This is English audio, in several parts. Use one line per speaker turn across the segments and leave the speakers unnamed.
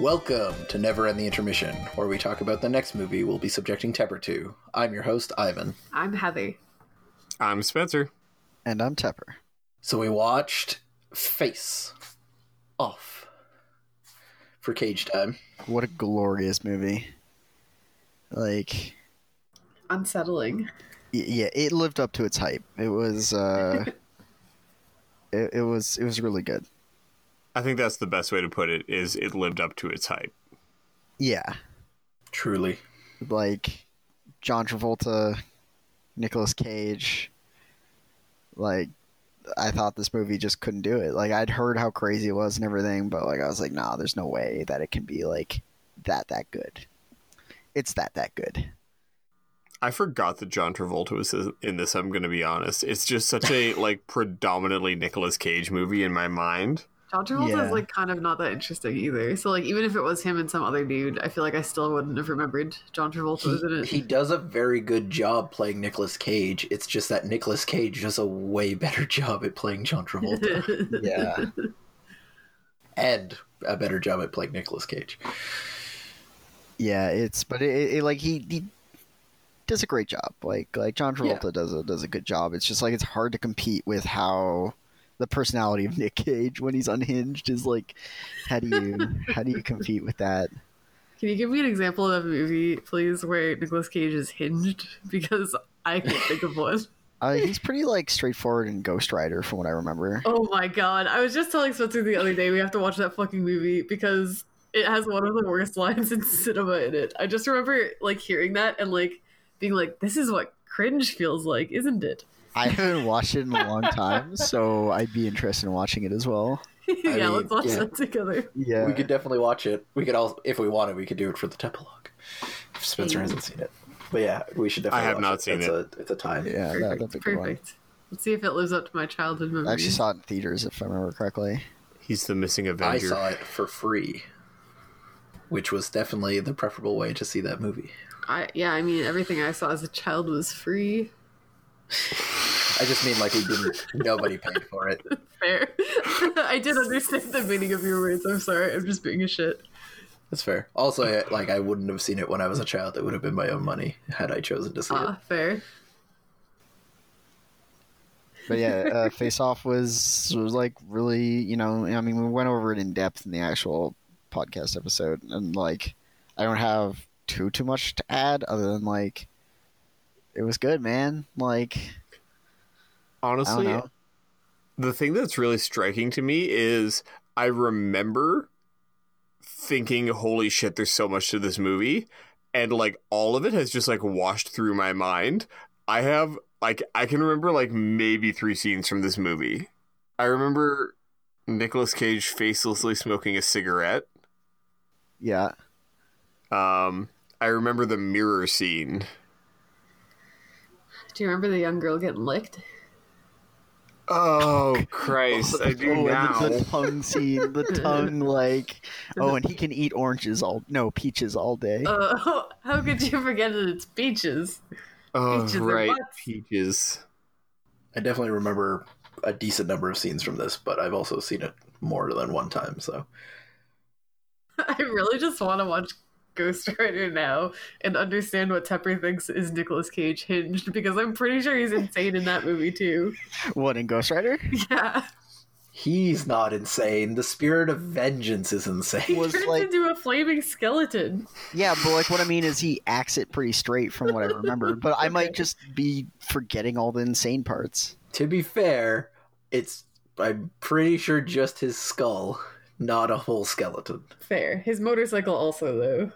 Welcome to Never End the Intermission, where we talk about the next movie we'll be subjecting Tepper to. I'm your host, Ivan.
I'm Heather.
I'm Spencer.
And I'm Tepper.
So we watched Face Off for Cage Time.
What a glorious movie. Like,
Unsettling.
y- yeah, it lived up to its hype. It was, uh, it, it was, it was really good.
I think that's the best way to put it is it lived up to its hype.
Yeah.
Truly.
Like, John Travolta, Nicolas Cage. Like, I thought this movie just couldn't do it. Like, I'd heard how crazy it was and everything, but like, I was like, nah, there's no way that it can be like that, that good. It's that, that good.
I forgot that John Travolta was in this, I'm going to be honest. It's just such a like predominantly Nicolas Cage movie in my mind.
John Travolta
Yeah.
is like kind of not that interesting either. So like even if it was him and some other dude, I feel like I still wouldn't have remembered John Travolta was in
He,
it.
he does a very good job playing Nicolas Cage. It's just that Nicolas Cage does a way better job at playing John Travolta
Yeah.
and a better job at playing Nicolas Cage.
Yeah, it's but it, it, it like he, he does a great job. Like like John Travolta does a does a good job. It's just like it's hard to compete with how the personality of Nick Cage when he's unhinged is like how do you how do you compete with that?
Can you give me an example of a movie, please, where Nicolas Cage is hinged? Because I can't think of one.
Uh, he's pretty like straightforward in Ghost Rider from what I remember.
Oh my god. I was just telling Spencer the other day we have to watch that fucking movie because it has one of the worst lines in cinema in it. I just remember like hearing that and like being like, this is what cringe feels like, isn't it?
I haven't watched it in a long time, so I'd be interested in watching it as well.
yeah,
mean,
let's watch
yeah.
that together.
Yeah.
We could definitely watch it. We could all, if we wanted, we could do it for the Tepilog. If Spencer hasn't seen it, but yeah, we should definitely.
I have
watch
not seen
it's
it.
A, it's a time.
yeah, that,
Perfect.
that's a good one.
Perfect. Let's see if it lives up to my childhood memories.
I actually saw it in theaters if I remember correctly.
He's the missing
I
Avenger.
saw it for free, which was definitely the preferable way to see that movie.
I- yeah, I mean, everything I saw as a child was free.
I just mean like we didn't. nobody paid for it.
Fair. I did understand the meaning of your words. I'm sorry. I'm just being a shit.
That's fair. Also, I- like I wouldn't have seen it when I was a child. It would have been my own money had I chosen to see
Ah, fair.
but yeah, uh, Face Off was was like really, you know, I mean, we went over it in depth in the actual podcast episode, and like, I don't have too too much to add other than like, it was good, man. Like, I don't
Honestly,
know.
the thing that's really striking to me is I remember thinking, holy shit, there's so much to this movie. And like all of it has just like washed through my mind. I have like, I can remember like maybe three scenes from this movie. I remember Nicolas Cage facelessly smoking a cigarette.
Yeah,
Um, I remember the mirror scene.
Do you remember the young girl getting licked?
Oh, Christ. I do
oh,
now.
and the, the tongue scene, the tongue, like, oh, and he can eat oranges all, no, peaches all day.
Uh, how could you forget that it's beaches?
oh,
peaches are
right.
butts.
Peaches.
it. I definitely remember a decent number of scenes from this, but I've also seen it more than one time. So
I really just want to watch Ghost Rider now and understand what Tepper thinks is Nicolas Cage hinged because I'm pretty sure he's insane in that movie too.
What in Ghost Rider?
Yeah,
he's not insane. The spirit of vengeance is insane.
he
Was
turns
like-
into a flaming skeleton.
Yeah, but like what I mean is he acts it pretty straight from what I remember. But I might just be forgetting all the insane parts.
to be fair, it's I'm pretty sure just his skull, not a whole skeleton.
Fair. His motorcycle also though.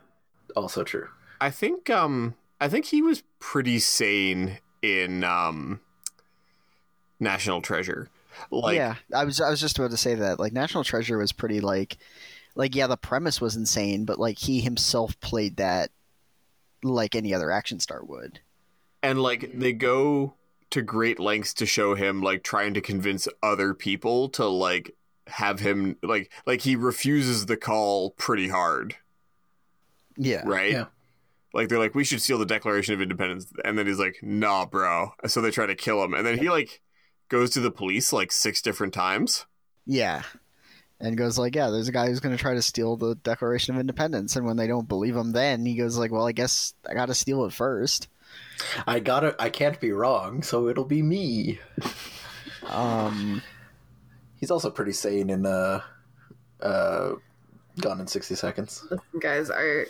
Also true.
I think um I think he was pretty sane in um National Treasure. Like
yeah, I was I was just about to say that. Like National Treasure was pretty like, like yeah, the premise was insane, but like he himself played that like any other action star would.
and like they go to great lengths to show him like trying to convince other people to like have him like like he refuses the call pretty hard,
Yeah,
right?
Yeah.
Like they're like we should steal the Declaration of Independence and then he's like nah, bro. So they try to kill him and then he like goes to the police like six different times.
yeah. and goes like, "Yeah, there's a guy who's going to try to steal the Declaration of Independence." And when they don't believe him, then he goes like, "Well, I guess I got to steal it first.
I gotta. I can't be wrong, so it'll be me.
Um,
He's also pretty sane in uh, uh, Gone in sixty seconds.
Listen, guys, our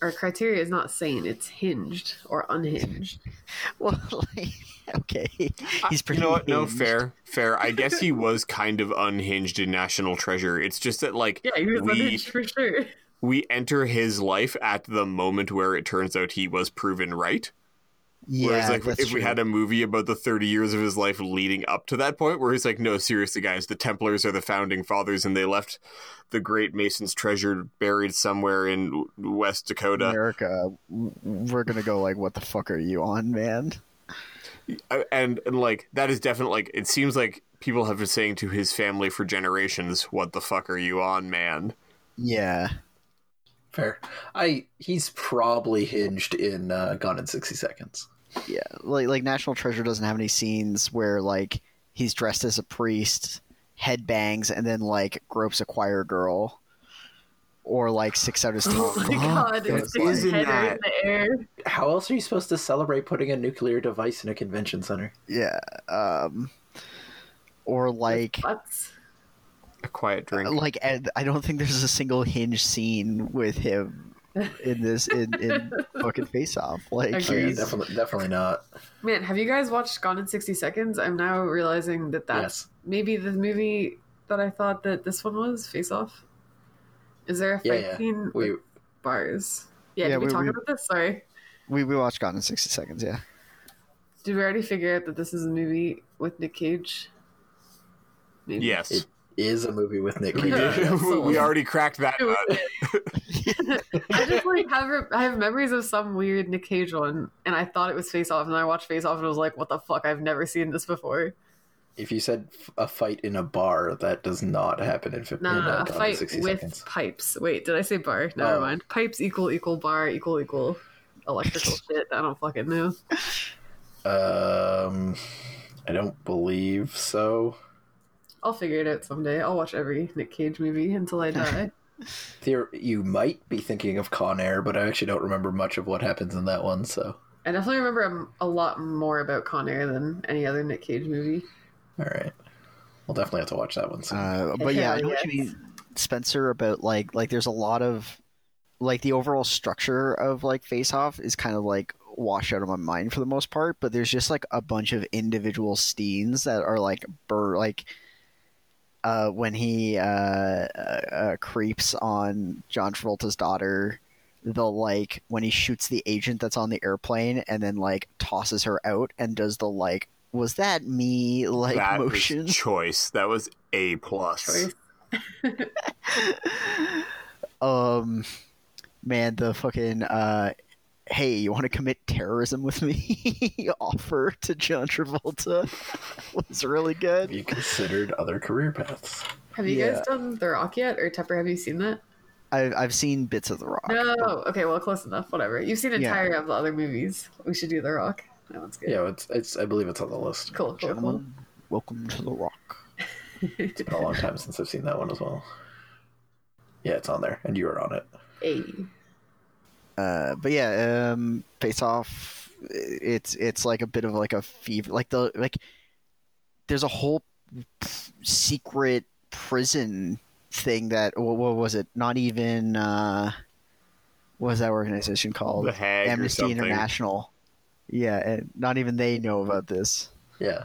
our criteria is not sane; it's hinged or unhinged.
well, like, okay, he's
You
pretty.
know what? No,
hinged.
fair, fair. I guess he was kind of unhinged in National Treasure. It's just that like
Yeah, he was
We-
unhinged for sure.
we enter his life at the moment where it turns out he was proven right.
Yeah,
Whereas like
that's
if we
true.
had a movie about the 30 years of his life leading up to that point where he's like no seriously guys the Templars are the founding fathers and they left the great Mason's treasure buried somewhere in w- West Dakota
America, w- we're gonna go like, "What the fuck are you on, man?"
Uh, and, and like that is definitely like it seems like people have been saying to his family for generations what the fuck are you on man
Yeah,
Fair. I. He's probably hinged in uh, Gone in sixty seconds.
yeah. Like, like National Treasure doesn't have any scenes where like he's dressed as a priest, headbangs, and then like gropes a choir girl, or like sticks out his tongue.
Oh my god, it
that's
was his
isn't
head right
that-
in the air.
How else are you supposed to celebrate putting a nuclear device in a convention center?
Yeah. Um, or like,
That's
a quiet drink
Uh, like Ed, I don't think there's a single hinge scene with him in this in, in fucking face off. Like,
Oh, yeah,
Jeez.
he's-
definitely, definitely not.
man. Have you guys watched Gone in sixty seconds? I'm now realizing that that's
Yes.
maybe the movie that I thought that this one was Face Off. Is there a fight
Yeah, yeah.
scene
We.
with bars? Yeah,
Yeah,
did we,
we-
talk
we-
about this? Sorry,
we we watched Gone in sixty seconds. Yeah.
did we already figure out that this is a movie with Nick Cage? Maybe.
yes
It- is a movie with Nick
we
Cage.
did
Yes.
we already cracked that uh, nut.
I just like have re- I have memories of some weird Nick Cage one, and I thought it was Face Off, and I watched Face Off and was like, "What the fuck? I've never seen this before."
If you said f- a fight in a bar, that does not happen in 15
No, no, no,
uh,
a fight
60
with
seconds.
pipes. Wait, did I say bar? Never
Oh.
mind. Pipes equal equal bar equal equal electrical shit. I don't fucking know.
Um, I don't believe so.
I'll figure it out someday. I'll watch every Nick Cage movie until I die.
There, you might be thinking of Con Air, but I actually don't remember much of what happens in that one. So,
I definitely remember a, a lot more about Con Air than any other Nick Cage movie.
all right, we'll definitely have to watch that one soon.
Uh, but yeah, I know what you mean, Spencer. About like like there's a lot of like the overall structure of like Face Off is kind of like washed out of my mind for the most part. But there's just like a bunch of individual scenes that are like bur like uh, when he uh, uh, uh, creeps on John Travolta's daughter. The like when he shoots the agent that's on the airplane and then like tosses her out and does the like was that me like
that was
motion
choice that was a plus
Choice.
um man the fucking uh hey you want to commit terrorism with me offer to john travolta was really
have
good
you considered other career paths?
Have you
Yeah.
guys done The Rock yet, or Tupper? Have you seen that?
I've, I've seen bits of the rock
No. Okay. Well, close enough. Whatever. You've seen
Yeah.
entire of the other movies. We should do The Rock. That one's good.
Yeah, it's, it's. I believe it's on the list.
Cool. Cool. cool.
gentlemen welcome to the rock
It's been a long time since I've seen that one as well. Yeah, it's on there, and you were on it.
hey.
uh but yeah um face off it's it's like a bit of like a fever like the like there's a whole secret prison thing that what, what was it not even uh what was that organization called
the hag or
Amnesty
something.
International. Yeah, and not even they know about this.
Yeah,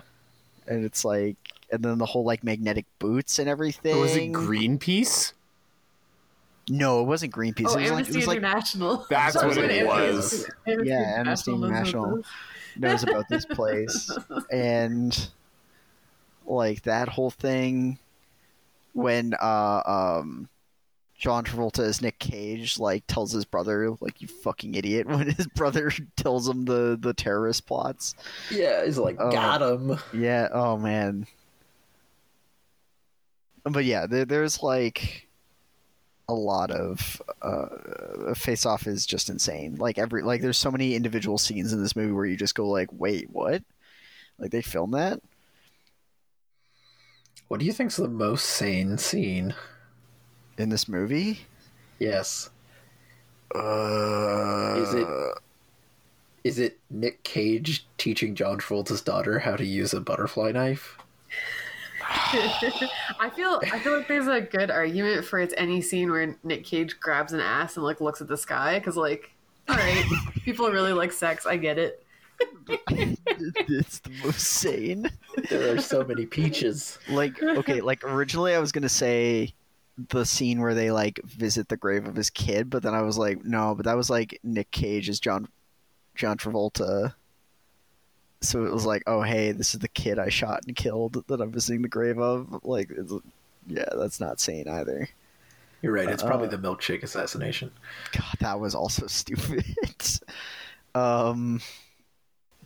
And it's like, and then the whole like magnetic boots and everything.
Or was it Greenpeace?
No, it wasn't Greenpeace.
Oh,
it was like it
Amnesty
was like
International.
That's
what
Sorry,
it
Amnesty-
was.
Amnesty
Yeah, Amnesty
knows
knows about this place and like that whole thing when uh um John Travolta as Nick Cage like tells his brother like you fucking idiot when his brother tells him the the terrorist plots.
yeah. He's like,
Oh.
got him.
Yeah. Oh man. But yeah, there, there's like a lot of uh, Face Off is just insane. Like every like, there's so many individual scenes in this movie where you just go like, wait, what? Like they filmed that?
What do you think's the most sane scene?
in this movie?
Yes.
Uh,
Is it- Is it Nick Cage teaching John Travolta's daughter how to use a butterfly knife?
I feel I feel like there's a good argument for it's any scene where Nick Cage grabs an ass and like looks at the sky because like, all right, people really like sex. I get it.
it's the most sane.
There are so many peaches.
Like okay, like originally I was gonna say the scene where they like visit the grave of his kid, but then I was like, no, but that was like Nick Cage as John John Travolta. So it was like, oh hey, this is the kid I shot and killed that I'm visiting the grave of. Like, it's, yeah, that's not sane either.
You're right. It's probably
Uh,
the milkshake assassination.
God, that was also stupid. um,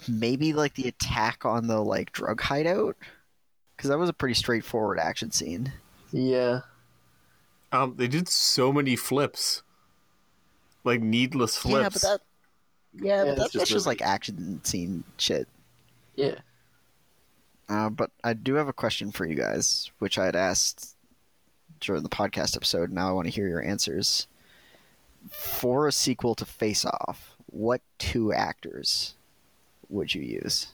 maybe like the attack on the like drug hideout, because that was a pretty straightforward action scene.
Yeah.
um, they did so many flips, like needless flips.
Yeah, but that. Yeah, but
it's
that,
just
that's just
movie.
like action scene shit.
Yeah.
Uh, but I do have a question for you guys, which I had asked during the podcast episode. Now I want to hear your answers. For a sequel to Face Off, what two actors would you use?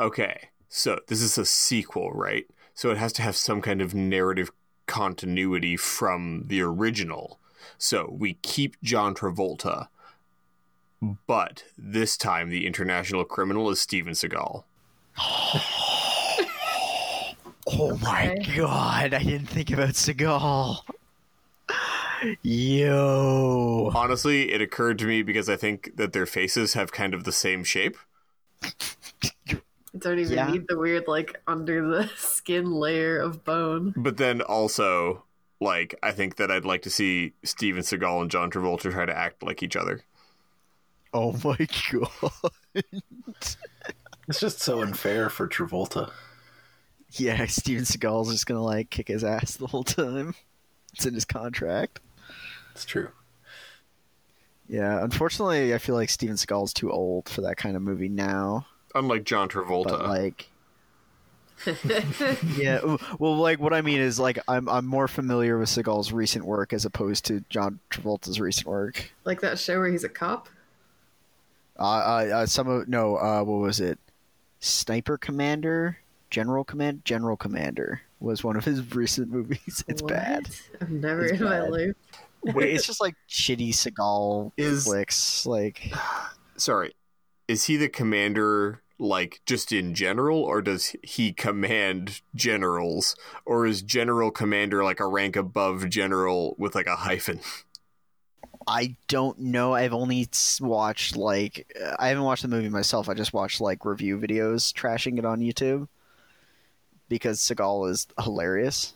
Okay, so this is a sequel, right? So it has to have some kind of narrative continuity from the original. So we keep John Travolta, but this time the international criminal is Steven Seagal.
Oh my
Okay.
god, I didn't think about Seagal. Yo.
Honestly, it occurred to me because I think that their faces have kind of the same shape.
I don't even
Yeah.
need the weird like under the skin layer of bone.
But then also, like, I think that I'd like to see Steven Seagal and John Travolta try to act like each other.
Oh my god.
It's just so unfair for Travolta.
Yeah, Steven Seagal's just gonna like kick his ass the whole time. It's in his contract.
It's true.
Yeah, unfortunately, I feel like Steven Seagal's too old for that kind of movie now.
Unlike John Travolta.
But like, yeah, w- well, like what I mean is like I'm I'm more familiar with Seagal's recent work as opposed to John Travolta's recent work.
like that show where he's a cop.
Uh, uh, uh, some of no, uh, what was it? Sniper Commander, General Command, General Commander was one of his recent movies. It's
What?
bad.
I've never
It's
in my
bad.
life.
Wait, it's just like shitty Seagal
Is-
flicks. Like,
sorry is he the commander like just in general or does he command generals or is general commander like a rank above general with like a hyphen
I don't know. I've only s- watched like uh, I haven't watched the movie myself. I just watched like review videos trashing it on YouTube because Seagal is hilarious.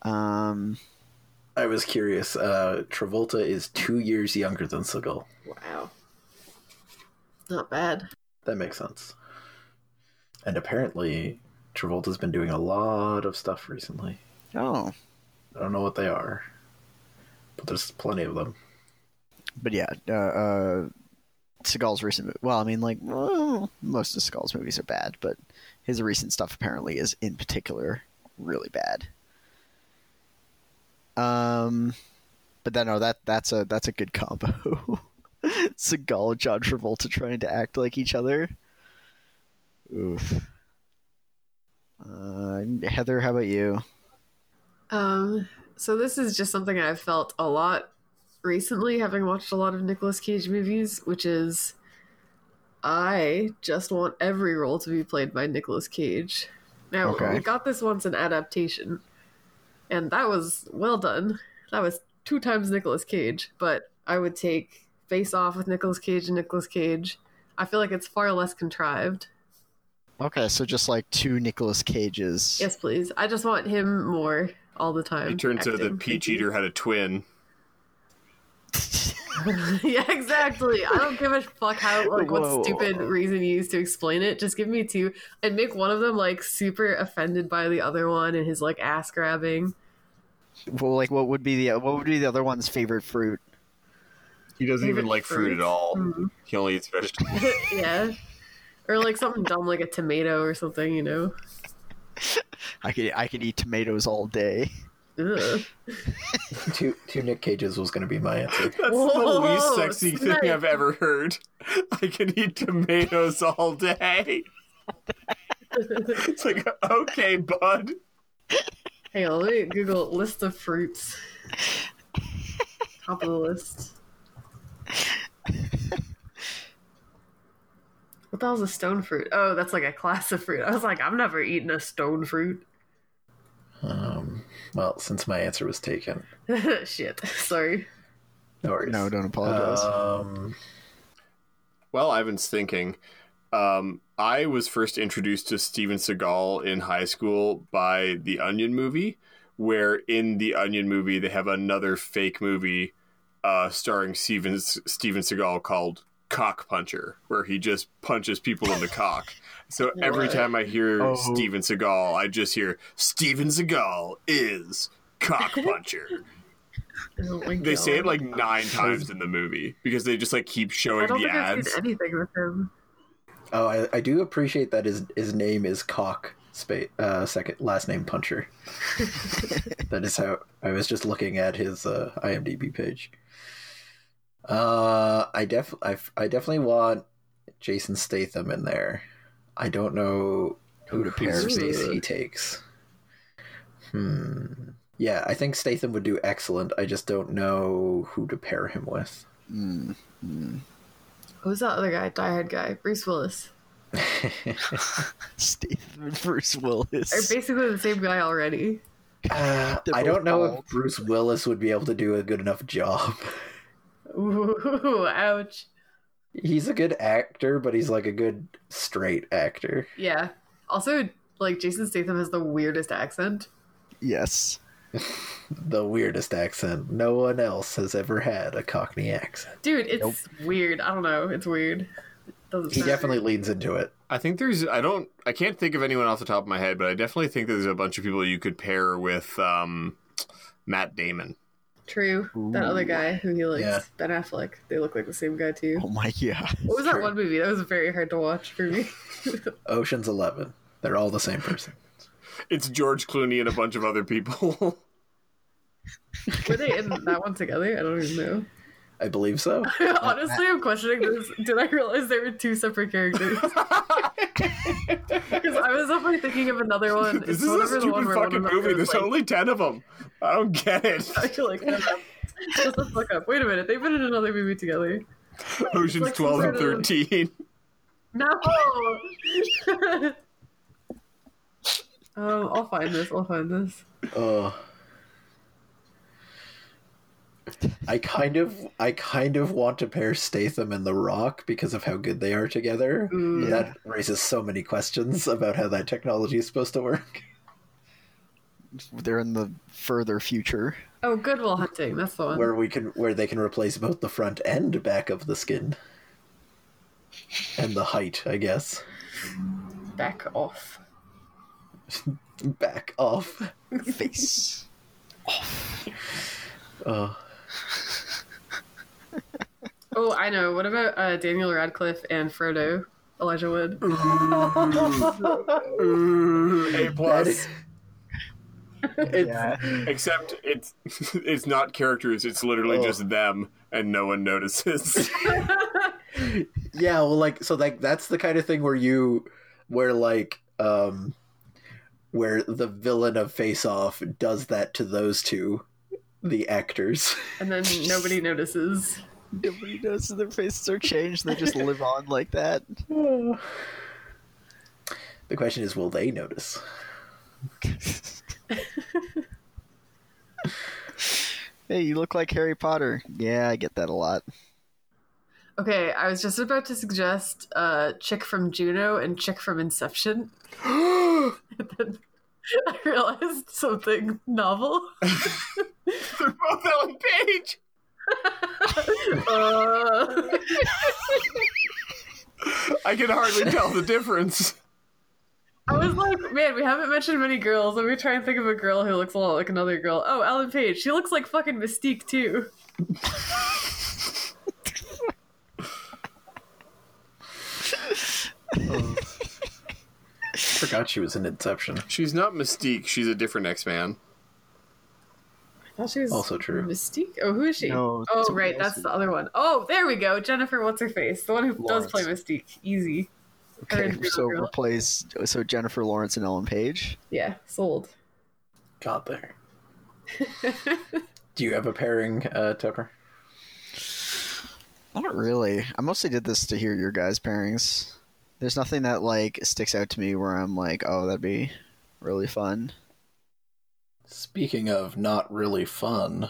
Um,
I was curious. Uh, Travolta is two years younger than Seagal.
Wow, not bad.
That makes sense. And apparently, Travolta's been doing a lot of stuff recently.
oh,
I don't know what they are, but there's plenty of them.
but yeah, uh, uh, Seagal's recent mo- well, I mean, like well, most of Seagal's movies are bad, but his recent stuff apparently is in particular really bad. Um, but then no, that that's a that's a good combo. Seagal and John Travolta trying to act like each other. Oof. Uh, Heather, how about you?
Um, so this is just something I've felt a lot recently, having watched a lot of Nicolas Cage movies, which is I just want every role to be played by Nicolas Cage. Now
Okay.
we got this once in adaptation, and that was well done. That was two times Nicolas Cage, but I would take Face Off with Nicolas Cage and Nicolas Cage. I feel like it's far less contrived.
Okay, so just like two Nicolas Cages.
Yes, please. I just want him more all the time.
it turns out
acting.
that peach eater had a twin
yeah, exactly. I don't give a fuck how like
Whoa.
what stupid reason you used to explain it. Just give me two and make one of them like super offended by the other one and his like ass grabbing.
Well, like what would be the what would be the other one's favorite fruit?
he doesn't even
Favorite
like fruit at
fruit?
all he only eats vegetables
yeah. Or like something dumb like a tomato or something, you know.
I could I could eat tomatoes all day.
Ugh.
two two Nick Cages was going to be my answer.
That's the
Whoa,
least sexy
snake.
thing I've ever heard. I can eat tomatoes all day. It's like, okay, bud.
Hang on, let me Google list of fruits. Top of the list. What the hell's a stone fruit? Oh, that's like a class of fruit. I was like, I've never eaten a stone fruit.
Um, well, since my answer was taken,
Shit. Sorry.
no worries.
No, don't apologize.
Uh,
Um,
While Ivan's thinking, um, I was first introduced to Steven Seagal in high school by the Onion movie, where in the Onion movie they have another fake movie uh, starring Steven Steven Seagal called Cock Puncher, where he just punches people in the cock. So every
What?
time I hear
Oh.
Steven Seagal, I just hear Steven Seagal is cock puncher.
Oh my
they say
God.
it like nine times in the movie because they just like keep
I
showing
don't
the
think I've
ads.
seen anything with him.
oh, I, I do appreciate that his his name is Cock Spate. Uh, second last name Puncher. that is how I was just looking at his uh, IMDb page. Uh, I def I, f- I definitely want Jason Statham in there. I don't know who to pair
Who's-
space he takes. Hmm. Yeah, I think Statham would do excellent. I just don't know who to pair him with.
Mm, mm.
Who's that other guy? Diehard guy. Bruce Willis.
Statham Bruce
They're
Willis.
basically the same guy already.
Uh,
They're
I
both
don't know
bald.
if Bruce Willis would be able to do a good enough job.
Ooh, ouch.
He's a good actor, but he's like a good straight actor.
Yeah. Also, like Jason Statham has the weirdest accent.
Yes.
The weirdest accent. No one else has ever had a Cockney accent.
Dude, it's weird. I don't know. It's weird. It doesn't
He
matter.
definitely leans into it.
I think there's I don't I can't think of anyone off the top of my head, but I definitely think there's a bunch of people you could pair with um, Matt Damon.
true. That
Ooh.
other guy who he likes,
Yeah.
Ben Affleck. They look like the same guy too.
Oh my god.
What was that one movie? That was very hard to watch for me.
Ocean's Eleven. They're all the same person.
It's George Clooney and a bunch of other people.
Were they in that one together? I don't even know.
I believe so.
Honestly, I'm questioning this. Did I realize there were two separate characters? Because I was definitely thinking of another one.
this
It's
is a
whatever the one
stupid
where one
fucking
of them
movie.
goes,
There's
like,
only ten of them. I don't get it.
I feel like that's a- that's a fuck up. Wait a minute, they've been in another movie together.
Oceans
like some
twelve and
sort of-
thirteen.
No. um, I'll find this. I'll find this.
Oh. I kind of, I kind of want to pair Statham and The Rock because of how good they are together.
Mm.
But That raises so many questions about how that technology is supposed to work.
They're in the further future.
Oh, Goodwill Hunting. That's the one.
where we can where they can replace both the front and back of the skin and the height i guess
Back off.
back off
Face.
uh,
Oh, I know. What about uh, Daniel Radcliffe and Frodo? Elijah Wood.
A
that
plus.
is- it's,
Except it's it's not characters. It's literally
Oh.
just them, and no one notices.
yeah well like so like that's the kind of thing where you where like um where the villain of face off does that to those two the actors
And then nobody notices.
Nobody knows that their faces are changed. They just live on like that.
the question is will they notice
hey, you look like Harry Potter. Yeah, I get that a lot.
Okay, I was just about to suggest uh, Chick from Juno and Chick from Inception. And then I realized something novel.
They're both Ellen Page.
Uh,
I can hardly tell the difference.
I was like, man, we haven't mentioned many girls. Let me try and think of a girl who looks a lot like another girl. Oh, Ellen Page. She looks like fucking Mystique too.
forgot she was in inception
She's not Mystique. She's a different X Man.
thought she was
Also true.
Mystique. Oh, who is she?
No,
oh,
somebody
right,
else
that's
is-
the other one. Oh, there we go. Jennifer, what's her face? The one who does
Lawrence.
play Mystique. Easy. Her
Okay,
and Drew
so
Girl.
replace so Jennifer Lawrence and Ellen Page.
Yeah, sold.
Got there. Do you have a pairing, uh, Tucker?
Not really. I mostly did this to hear your guys' pairings. There's nothing that like sticks out to me where I'm like, oh, that'd be really fun.
Speaking of not really fun,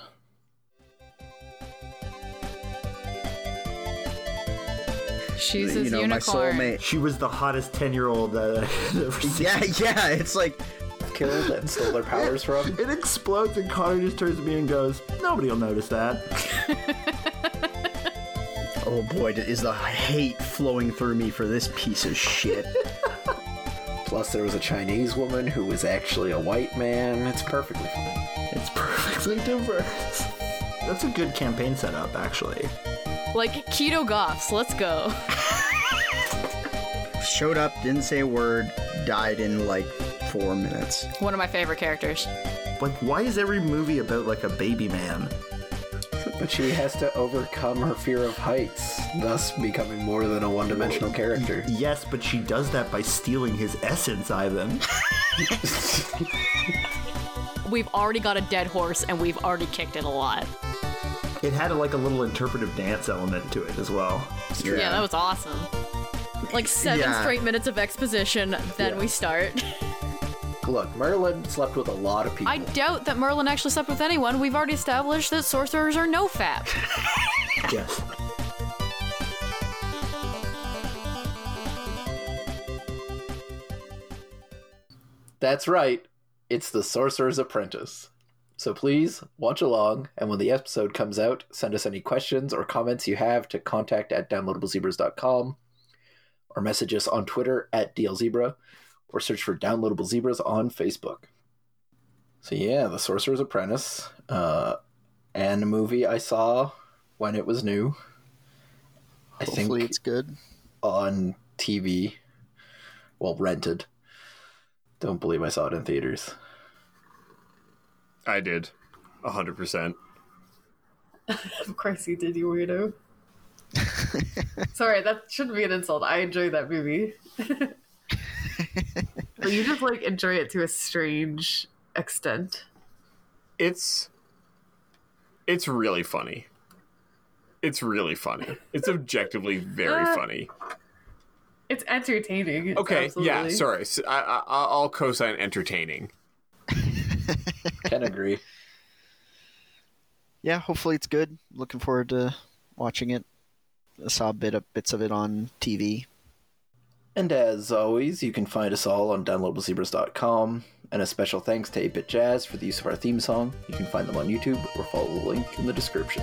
She's his
you know, my
unicorn.
soulmate.
She was the hottest 10 year old that I've ever seen.
Yeah, yeah. It's like
killed and stole their powers from.
It explodes, and Connor just turns to me and goes, Nobody will notice that.
Oh boy, d- is the hate flowing through me for this piece of shit.
Plus, there was a Chinese woman who was actually a white man. It's perfectly fine.
It's perfectly diverse. That's a good campaign setup, actually.
Like keto goths. Let's go.
Showed up, didn't say a word, died in like four minutes.
One of my favorite characters.
Like, why is every movie about like a baby man?
But she has to overcome her fear of heights, thus becoming more than a one dimensional character.
Yes, but she does that by stealing his essence, Ivan.
We've already got a dead horse and we've already kicked it a lot.
It had like a little interpretive dance element to it as well.
Yeah, that was awesome. Like seven
Yeah.
straight minutes of exposition, then we start.
Look, Merlin slept with a lot of people.
I doubt that Merlin actually slept with anyone. We've already established that sorcerers are no fap.
Yes.
That's right, it's The Sorcerer's Apprentice. So please watch along, and when the episode comes out, send us any questions or comments you have to contact at downloadablezebras.com or message us on Twitter at DLZebra or search for Downloadable Zebras on Facebook. So, yeah, The Sorcerer's Apprentice, uh, and a movie I saw when it was new. I
Hopefully,
think
it's good.
on TV, well, rented. Don't believe I saw it in theaters.
I did. 100%.
Of course you did, you weirdo. Sorry, that shouldn't be an insult. I enjoy that movie. but you just like enjoy it to a strange extent.
It's it's really funny. It's really funny. It's objectively very
Uh,
funny.
It's entertaining. It's
Okay, yeah,
absolutely-
sorry. So I, I, I'll co-sign entertaining.
Can agree.
Yeah, hopefully it's good. Looking forward to watching it. I saw a bit of bits of it on TV.
And as always, you can find us all on downloadablezebras.com. And a special thanks to 8-Bit Jazz for the use of our theme song. You can find them on YouTube or follow the link in the description.